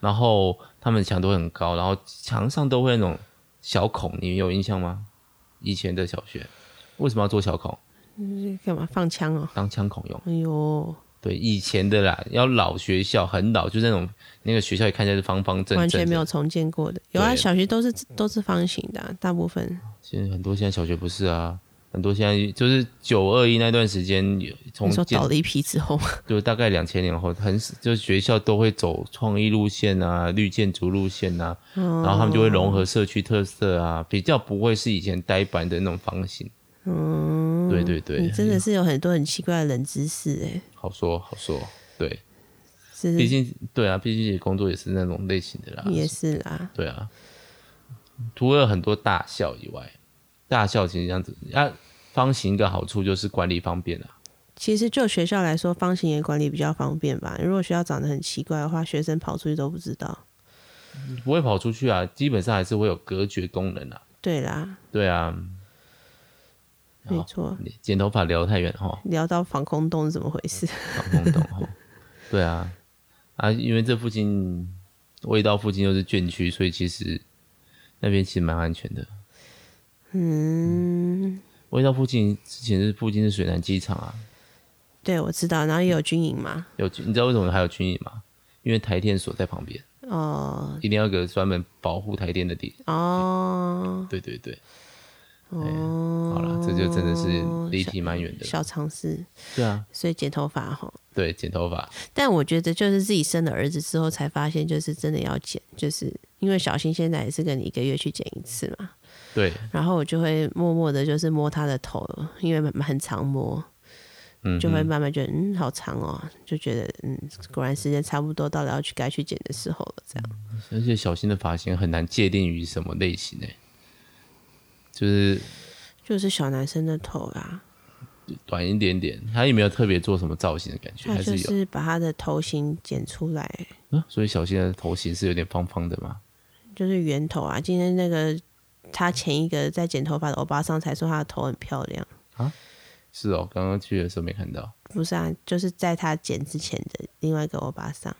Speaker 1: 然后他们墙都很高，然后墙上都会那种小孔，你有印象吗？以前的小学为什么要做小孔？
Speaker 2: 嗯干嘛放枪哦？
Speaker 1: 当枪孔用。
Speaker 2: 哎呦，
Speaker 1: 对，以前的啦，要老学校很老，就是那种那个学校也看起来是方方正正，
Speaker 2: 完全没有。重建过的，有啊，
Speaker 1: 对
Speaker 2: 小学都是都是方形的啊、大部分
Speaker 1: 现在很多现在小学不是啊，很多现在就是九二一那段时间有从
Speaker 2: 你说
Speaker 1: 建
Speaker 2: 倒了一批之后吗，
Speaker 1: 就大概两千年后，很就是学校都会走创意路线啊、绿建筑路线啊，
Speaker 2: 哦
Speaker 1: 然后他们就会融合社区特色啊，比较不会是以前呆板的那种方形。嗯，对对
Speaker 2: 哦 (laughs) 你
Speaker 1: 对，
Speaker 2: 真的是有很多很奇怪的冷知识哎、
Speaker 1: 好说好说，对，
Speaker 2: 嗯是
Speaker 1: 毕竟对啊，毕竟也工作也是那种类型的啦，
Speaker 2: 也是啦，
Speaker 1: 对啊。除了很多大校以外，大校其实这样子啊，方形一个好处就是管理方便啊。
Speaker 2: 其实就学校来说，方形也管理比较方便吧。如果学校长得很奇怪的话，学生跑出去都不知道。
Speaker 1: 不会跑出去啊，基本上还是会有隔绝功能啊。
Speaker 2: 对啦，
Speaker 1: 对啊，好
Speaker 2: 没错。
Speaker 1: 你剪头发聊得太远哈，
Speaker 2: 聊到防空洞是怎么回事？ (laughs)
Speaker 1: 好空洞 (laughs) 哈。对啊，啊，因为这附近味道附近又是眷区，所以其实那边其实蛮安全的。
Speaker 2: 嗯，
Speaker 1: 味道附近之前是附近是水南机场啊，
Speaker 2: 对，我知道。然后也有军营嘛，
Speaker 1: 有军你知道为什么还有军营吗？因为台电所在旁边，
Speaker 2: 哦
Speaker 1: 一定要有个专门保护台电的地。 (laughs)
Speaker 2: 哦
Speaker 1: 对对对，
Speaker 2: 哦，
Speaker 1: 好了，这就真的是离题蛮远的。
Speaker 2: 小尝试，
Speaker 1: 对啊，
Speaker 2: 所以剪头发哈。
Speaker 1: 对，剪头发，
Speaker 2: 但我觉得就是自己生了儿子之后才发现，就是真的要剪，就是因为小新现在也是跟你一个月去剪一次嘛。
Speaker 1: 对，
Speaker 2: 然后我就会默默的，就是摸他的头，因为很很常摸，
Speaker 1: 嗯哼，
Speaker 2: 就会慢慢觉得嗯好长哦，就觉得嗯果然时间差不多到了要去该去剪的时候了，这样
Speaker 1: 而且小新的发型很难界定于什么类型诶、欸就是
Speaker 2: 就是小男生的头啊，
Speaker 1: 短一点点，他也没有特别做什么造型的感觉，
Speaker 2: 他
Speaker 1: 还
Speaker 2: 就是
Speaker 1: 有。
Speaker 2: 是把他的头型剪出来，
Speaker 1: 啊所以小新的头型是有点方方的嘛，
Speaker 2: 就是圆头啊。今天那个他前一个在剪头发的欧巴桑才说他的头很漂亮，
Speaker 1: 是哦，刚刚去的时候没看到。
Speaker 2: 不是啊，就是在他剪之前的另外一个欧巴桑，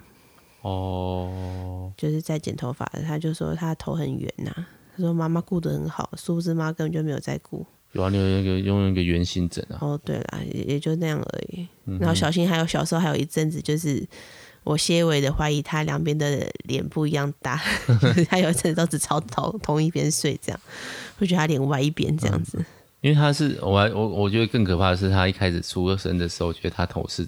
Speaker 1: 哦，
Speaker 2: 就是在剪头发的，他就说他的头很圆呐、他说妈妈顾得很好，殊不知妈根本就没有在顾。
Speaker 1: 有啊，你有那个用一个圆形枕啊，
Speaker 2: 嗯哦，对啦，也也就那样而已。然后小新还有小时候还有一阵子，就是我些微的怀疑他两边的脸不一样大， (laughs) 他有一阵都只朝同同一边睡，这样会觉得他脸歪一边这样子。
Speaker 1: 因为他是我还我我觉得更可怕的是，他一开始出生的时候，我觉得他头是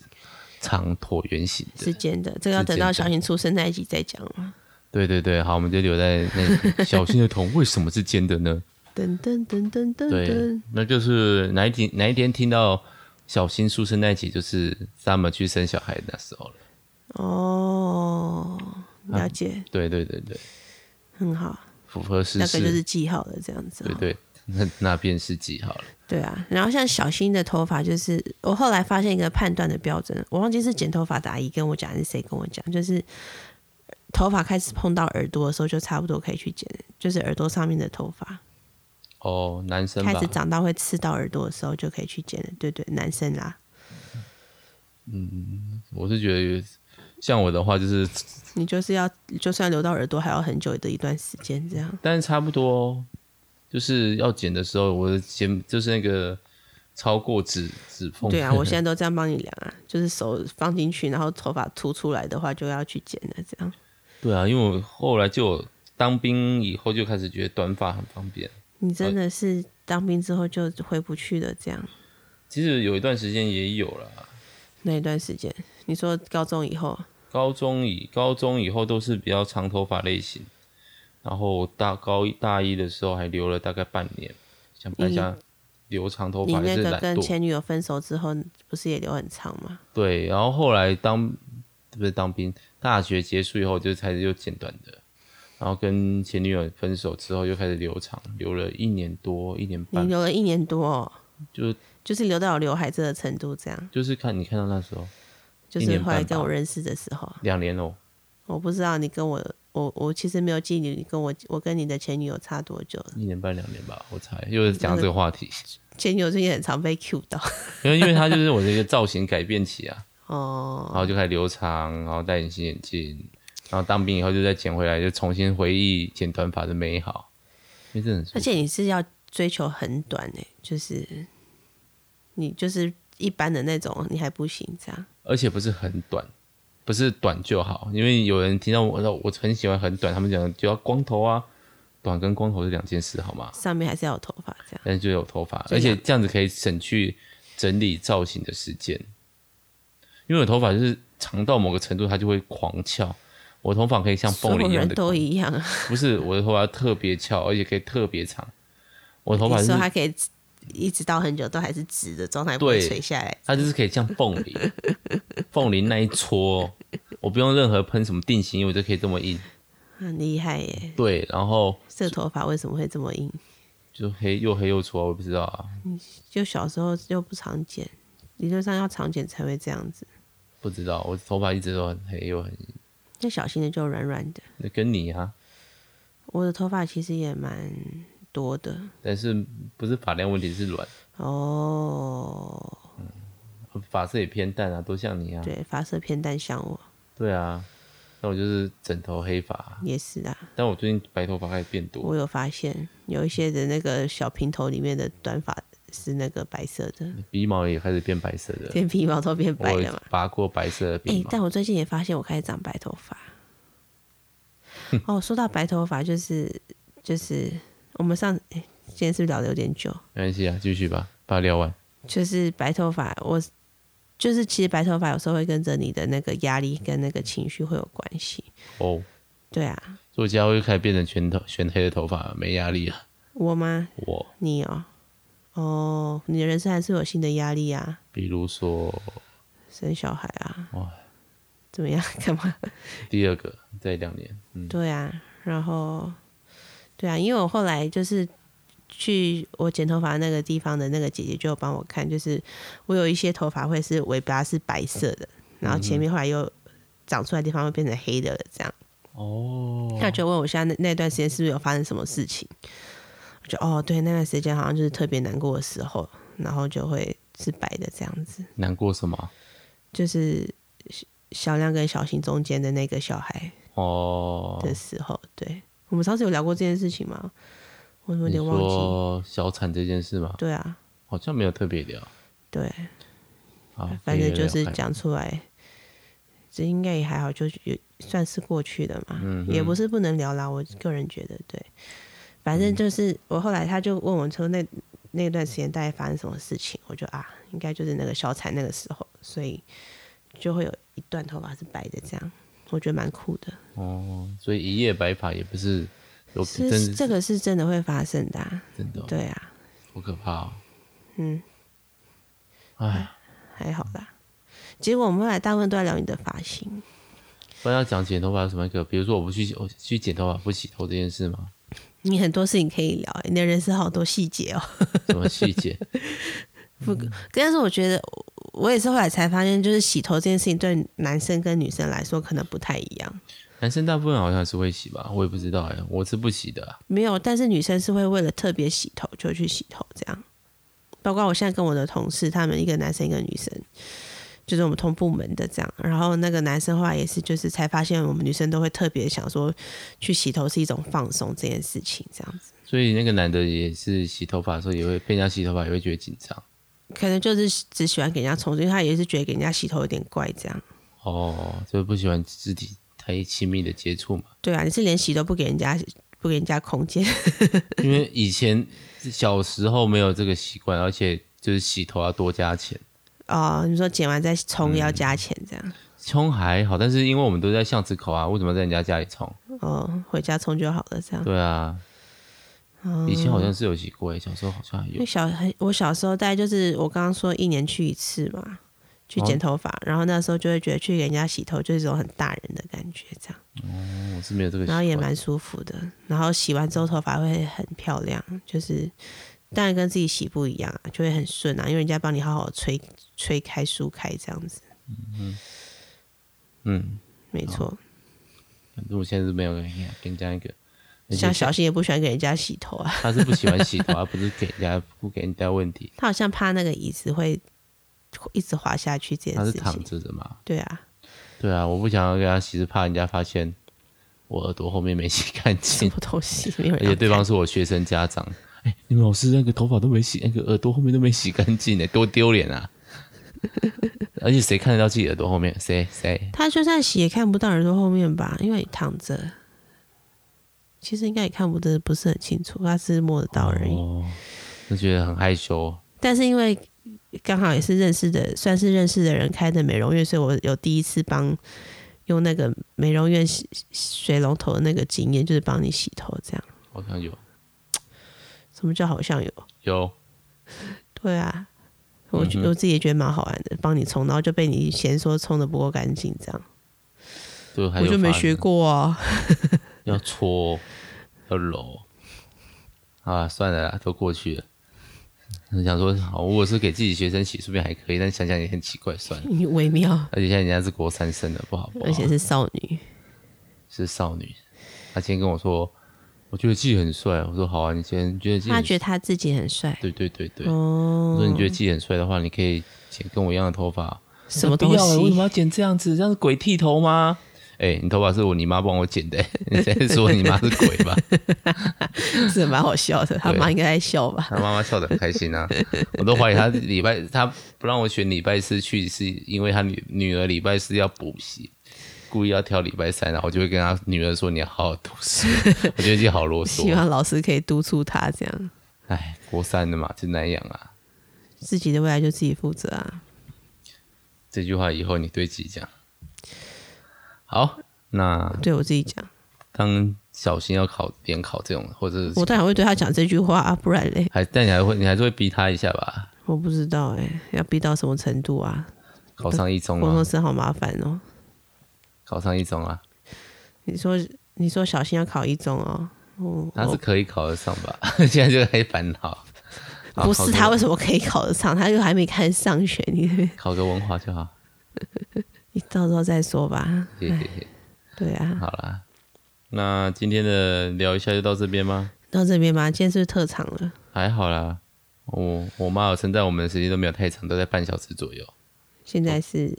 Speaker 1: 长椭圆形
Speaker 2: 是
Speaker 1: 的。
Speaker 2: 真的，这个要等到小新出生那一集再讲嘛。
Speaker 1: 对对对，好，我们就留在那个小新的头为什么是尖的呢？
Speaker 2: 噔噔噔噔
Speaker 1: (laughs)
Speaker 2: 噔
Speaker 1: 对
Speaker 2: 噔，，
Speaker 1: 那就是哪一天哪一天听到小新出生那一集，就是 Summer 去生小孩的那时候了。
Speaker 2: 哦，了解，
Speaker 1: 对对对对，
Speaker 2: 很好，
Speaker 1: 符合时
Speaker 2: 大
Speaker 1: 事。
Speaker 2: 概就是记号了这样子。
Speaker 1: 对对，那那便是记好了。
Speaker 2: 对啊，然后像小新的头发，就是我后来发现一个判断的标准，我忘记是剪头发的阿姨跟我讲，还是谁跟我讲，就是头发开始碰到耳朵的时候，就差不多可以去剪，就是耳朵上面的头发
Speaker 1: 哦，男生
Speaker 2: 开
Speaker 1: 吧
Speaker 2: 始，长到会刺到耳朵的时候，就可以去剪了。对对，男生啦，
Speaker 1: 我是觉得像我的话就是，
Speaker 2: 你就是要就算留到耳朵，还要很久的一段时间这样。
Speaker 1: 但是差不多哦，就是要剪的时候，我的剪就是那个超过指指缝。 (laughs)
Speaker 2: 对啊，我现在都这样帮你量啊，就是手放进去，然后头发凸出来的话，就要去剪了这样。
Speaker 1: 对啊，因为我后来就有当兵以后就开始觉得短发很方便。
Speaker 2: 你真的是当兵之后就回不去了这样。
Speaker 1: 其实有一段时间也有啦，
Speaker 2: 那一段时间，你说高中以后，
Speaker 1: 高中以高中以后都是比较长头发类型，然后大高一大一的时候还留了大概半年，想办一下留长头
Speaker 2: 你
Speaker 1: 发还
Speaker 2: 那
Speaker 1: 是
Speaker 2: 个
Speaker 1: 懒
Speaker 2: 跟
Speaker 1: 惰。
Speaker 2: 前女友分手之后，不是也留很长吗？
Speaker 1: 对，然后后来当不是当兵，大学结束以后就开始又剪短的，然后跟前女友分手之后又开始留长，留了一年多一年
Speaker 2: 你
Speaker 1: 半，
Speaker 2: 留了一年多、哦，
Speaker 1: 就
Speaker 2: 就是留到有刘海这个程度，这样。
Speaker 1: 就是看你看到那时候
Speaker 2: 就
Speaker 1: 一
Speaker 2: 是
Speaker 1: 年半
Speaker 2: 后来跟
Speaker 1: 吧
Speaker 2: 我认识的时候，
Speaker 1: 两年哦，
Speaker 2: 我不知道你跟我，我我其实没有记你你跟我，我跟你的前女友差多久了。
Speaker 1: 一年半两年吧，我猜又是讲到这个话题， (laughs)
Speaker 2: 前女友最近很常被 Q 到， (laughs)
Speaker 1: 因为因为他就是我的一个造型改变期啊，然
Speaker 2: 哦，
Speaker 1: 后就开始留长，然后戴隐形眼镜，然后当兵以后就再剪回来，就重新回忆剪短发的美好，因为真的很舒服
Speaker 2: 而且你是要追求很短诶、就是你就是一般的那种，你还不行这样。
Speaker 1: 而且不是很短，不是短就好，因为有人听到我，我很喜欢很短，他们讲就要光头啊，短跟光头是两件事，好吗？
Speaker 2: 上面还是要有头发这样。
Speaker 1: 但是就有头发，
Speaker 2: 这
Speaker 1: 而
Speaker 2: 样
Speaker 1: 且这样子可以省去整理造型的时间，因为我头发就是长到某个程度，它就会狂翘。我头发可以像
Speaker 2: 所
Speaker 1: 凤梨
Speaker 2: 有
Speaker 1: 一样
Speaker 2: 人
Speaker 1: 的，
Speaker 2: 都一样啊，
Speaker 1: 不是我的头发特别翘，而且可以特别长。我头发
Speaker 2: 你
Speaker 1: 是
Speaker 2: 说它可以一直到很久都还是直的状态，不会
Speaker 1: 对
Speaker 2: 垂下来。
Speaker 1: 它就是可以像凤梨，凤梨那一撮哦，我不用任何喷什么定型，因为我就可以这么硬。
Speaker 2: 很厉害耶！
Speaker 1: 对，然后
Speaker 2: 这头发为什么会这么硬？
Speaker 1: 就黑又黑又粗啊，我也不知道啊，
Speaker 2: 就小时候又不常剪，理论上要常剪才会这样子。
Speaker 1: 不知道，我头发一直都很黑又很
Speaker 2: 那小新的就软软的，
Speaker 1: 跟你啊，
Speaker 2: 我的头发其实也蛮多的
Speaker 1: 但是不是发量问题是软，
Speaker 2: 哦。
Speaker 1: 发色也偏淡啊，都像你啊，
Speaker 2: 对，发色偏淡，像我
Speaker 1: 对啊，那我就是枕头黑发啊，
Speaker 2: 也是啊。
Speaker 1: 但我最近白头发开始变多，
Speaker 2: 我有发现有一些的那个小平头里面的短发是那个白色的，
Speaker 1: 鼻毛也开始变白色的，
Speaker 2: 连皮毛都变白
Speaker 1: 我
Speaker 2: 了嘛。
Speaker 1: 拔过白色的
Speaker 2: 哎、
Speaker 1: 鼻毛，
Speaker 2: 但我最近也发现我开始长白头发。哦，说到白头发，就是就是我们上、哎，今天是不是聊的有点久？
Speaker 1: 没关系啊，继续吧，把它聊完。
Speaker 2: 就是白头发，我就是其实白头发有时候会跟着你的那个压力跟那个情绪会有关系。
Speaker 1: 哦，
Speaker 2: 对啊，
Speaker 1: 作家又开始变成全头全黑的头发，没压力了。
Speaker 2: 我吗？
Speaker 1: 我
Speaker 2: 你哦，哦，你的人生还是有新的压力啊，
Speaker 1: 比如说
Speaker 2: 生小孩啊
Speaker 1: 哇，
Speaker 2: 怎么样？ (laughs) 干嘛？
Speaker 1: 第二个，再两年，嗯，
Speaker 2: 对啊，然后对啊，因为我后来就是去我剪头发那个地方的那个姐姐就有帮我看，就是我有一些头发会是尾巴是白色的，然后前面后来又长出来的地方会变成黑的了，这样。
Speaker 1: 哦，
Speaker 2: 她就问我现在那那段时间是不是有发生什么事情？我就哦，对，那段时间好像就是特别难过的时候，然后就会是白的这样子，
Speaker 1: 难过什么？啊
Speaker 2: 就是小小亮跟小新中间的那个小孩。
Speaker 1: 哦，
Speaker 2: 的时候，对我们上次有聊过这件事情吗？我有
Speaker 1: 你
Speaker 2: 点忘记。
Speaker 1: 说小产这件事吗？
Speaker 2: 对啊，
Speaker 1: 好像没有特别聊。
Speaker 2: 对，
Speaker 1: 好，
Speaker 2: 反正就
Speaker 1: 可以
Speaker 2: 是
Speaker 1: 聊聊看
Speaker 2: 讲出来，这应该也还好，就是也算是过去的嘛，
Speaker 1: 嗯
Speaker 2: 也不是不能聊啦。我个人觉得，对，反
Speaker 1: 嗯
Speaker 2: 正就是我后来他就问我说那那段时间大概发生什么事情，我就啊，应该就是那个小产那个时候，所以就会有一段头发是白的，这样我觉得蛮酷的。
Speaker 1: 哦，所以一夜白发也不是，有真
Speaker 2: 是
Speaker 1: 是
Speaker 2: 这个是真的会发生的、啊，
Speaker 1: 真的哦，
Speaker 2: 对啊，
Speaker 1: 好可怕哦。
Speaker 2: 嗯，
Speaker 1: 哎，
Speaker 2: 还好啦。结果我们后来大部分都在聊你的发型，
Speaker 1: 不然要讲剪头发有什么可？比如说我不去我去剪头发不洗头这件事吗？
Speaker 2: 你很多事情可以聊、你的人生好多细节哦。 (laughs)
Speaker 1: 什么细节？ (laughs)
Speaker 2: 但是我觉得，我也是后来才发现，就是洗头这件事情对男生跟女生来说可能不太一样。
Speaker 1: 男生大部分好像是会洗吧，我也不知道哎、我是不洗的啊、
Speaker 2: 没有，但是女生是会为了特别洗头就去洗头，这样。包括我现在跟我的同事，他们一个男生一个女生，就是我们同部门的这样。然后那个男生后来也是，就是才发现我们女生都会特别想说，去洗头是一种放松这件事情，这样子。
Speaker 1: 所以那个男的也是洗头发的时候也会被人家洗头发，也会觉得紧张。
Speaker 2: 可能就是只喜欢给人家冲，因为他也是觉得给人家洗头有点怪这样。
Speaker 1: 哦，就不喜欢肢体太亲密的接触嘛。
Speaker 2: 对啊，你是连洗都不给人家，不给人家空间。 (laughs)
Speaker 1: 因为以前小时候没有这个习惯，而且就是洗头要多加钱。
Speaker 2: 哦，你说剪完再冲要加钱这样？
Speaker 1: 冲还好，但是因为我们都在巷子口啊，为什么在人家家里冲？
Speaker 2: 哦，回家冲就好了这样。
Speaker 1: 对啊，
Speaker 2: 哦
Speaker 1: 以前好像是有洗过、欸，小时候好像
Speaker 2: 因
Speaker 1: 有
Speaker 2: 为。小很我小时候大概就是我刚刚说一年去一次嘛，去剪头发，然后那时候就会觉得去给人家洗头就是一种很大人的感觉这样，
Speaker 1: 嗯我是没有这个习
Speaker 2: 哎然
Speaker 1: 惯。
Speaker 2: 后也蛮舒服的。然后洗完之后头发会很漂亮，就是当然跟自己洗不一样啊，就会很顺啊，因为人家帮你好好吹吹开梳开这样子，
Speaker 1: 嗯，
Speaker 2: 没错。
Speaker 1: 反正我现在是没有跟跟人家一个。而且
Speaker 2: 像小新也不喜欢给人家洗头啊， (laughs)
Speaker 1: 他是不喜欢洗头，啊他不是给人家不给人家问题，
Speaker 2: 他好像怕那个椅子会一直滑下去这件
Speaker 1: 他是
Speaker 2: 事
Speaker 1: 躺
Speaker 2: 情。
Speaker 1: 着的嘛。
Speaker 2: 对啊，
Speaker 1: 对啊，我不想要给他洗，是怕人家发现我耳朵后面没洗干
Speaker 2: 什
Speaker 1: 净
Speaker 2: 么，东西没有
Speaker 1: 而
Speaker 2: 人要看。
Speaker 1: 且对方是我学生家长。哎、你们老师那个头发都没洗，那个耳朵后面都没洗干净呢，多丢脸 (laughs) 啊！而且谁看得到自己耳朵后面？谁谁？
Speaker 2: 他就算洗也看不到耳朵后面吧，因为躺着，其实应该也看不得不是很清楚，他只是摸得到而已。
Speaker 1: 哦，就觉得很害羞。
Speaker 2: 但是因为刚好也是认识的，算是认识的人开的美容院，所以我有第一次帮用那个美容院洗水龙头的那个经验，就是帮你洗头这样。
Speaker 1: 好像有
Speaker 2: 什么叫好像有？
Speaker 1: 有，
Speaker 2: 对啊，我觉
Speaker 1: 嗯哼
Speaker 2: 我自己也觉得蛮好玩的，帮你冲，然后就被你嫌说冲的不够干净，这样
Speaker 1: 就还
Speaker 2: 我
Speaker 1: 有
Speaker 2: 就没
Speaker 1: 发
Speaker 2: 学
Speaker 1: 生
Speaker 2: 过啊。
Speaker 1: 要搓，要揉。啊，算了啦，都过去了。我想说，好，如果是给自己学生洗，说不定还可以，但想想也很奇怪，算了。
Speaker 2: 你微妙，
Speaker 1: 而且现在人家是国三生了，不好不好，
Speaker 2: 而且是少女，
Speaker 1: 是少女。她今天跟我说，我觉得自己很帅。我说好啊，你先觉得自己
Speaker 2: 她
Speaker 1: 很
Speaker 2: 觉得她自己很帅。
Speaker 1: 对对对对。我
Speaker 2: 哦
Speaker 1: 说，你觉得自己很帅的话，你可以剪跟我一样的头发。
Speaker 2: 什么东
Speaker 1: 不要欸为什么
Speaker 2: 西？
Speaker 1: 要剪这样子？这样是鬼剃头吗？哎、你头发是我你妈帮我剪的、欸 (laughs) 你现在说你妈是鬼 (laughs) 吧？
Speaker 2: 是蛮好笑 (laughs) 的，他妈应该在笑
Speaker 1: (laughs)
Speaker 2: 吧？
Speaker 1: 他妈妈笑得很开心啊！ (laughs) 我都怀疑他礼拜他不让我选礼拜四去，是因为他女女儿礼拜四要补习，故意要挑礼拜三，然后我就会跟他女儿说：“你要好好读书。” (laughs) 我觉得自己好啰
Speaker 2: 希
Speaker 1: 嗦。啊
Speaker 2: 望老师可以督促他，这样
Speaker 1: 哎，国三的嘛，就那样啊。
Speaker 2: 自己的未来就自己负责啊。
Speaker 1: 这句话以后你对自己讲。好，那
Speaker 2: 对我自己讲，
Speaker 1: 当小新要考联考这种，或者是
Speaker 2: 我当然会对他讲这句话啊，不然嘞，
Speaker 1: 还但你还会你还是会逼他一下吧？
Speaker 2: 我不知道哎、要逼到什么程度啊？
Speaker 1: 考上一中
Speaker 2: 工作
Speaker 1: 啊，
Speaker 2: 室好麻烦哦。
Speaker 1: 考上一中啊，
Speaker 2: 你说，你说小心要考一中哦。我
Speaker 1: 他是
Speaker 2: 我
Speaker 1: 可以考得上吧？ (laughs) 现在就开始烦恼。好
Speaker 2: 不
Speaker 1: 啊考
Speaker 2: 是
Speaker 1: 个
Speaker 2: 他为什么可以考得上？他又还没开始上学，你
Speaker 1: 考个文化就好。
Speaker 2: 你到时候再说吧。
Speaker 1: 谢谢谢谢，
Speaker 2: 对
Speaker 1: (laughs)
Speaker 2: 啊，
Speaker 1: 好啦，那今天的聊一下就到这边吗？
Speaker 2: 到这边吧，今天是不是特长了？
Speaker 1: 还好啦，我我妈有称赞我们的时间都没有太长，都在半小时左右，
Speaker 2: 现在是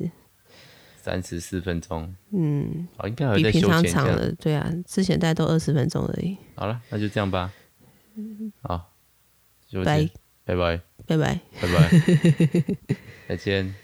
Speaker 1: 三十四分钟，
Speaker 2: 嗯，
Speaker 1: 好，应该还有
Speaker 2: 比
Speaker 1: 再
Speaker 2: 平
Speaker 1: 休
Speaker 2: 常
Speaker 1: 闲一
Speaker 2: 长
Speaker 1: 下。
Speaker 2: 了，对啊，之前大概都二十分钟而已。
Speaker 1: 好了，那就这样吧。好，就这
Speaker 2: 嗯拜
Speaker 1: 样拜拜
Speaker 2: 拜拜。
Speaker 1: 拜
Speaker 2: (laughs)
Speaker 1: 拜，再见。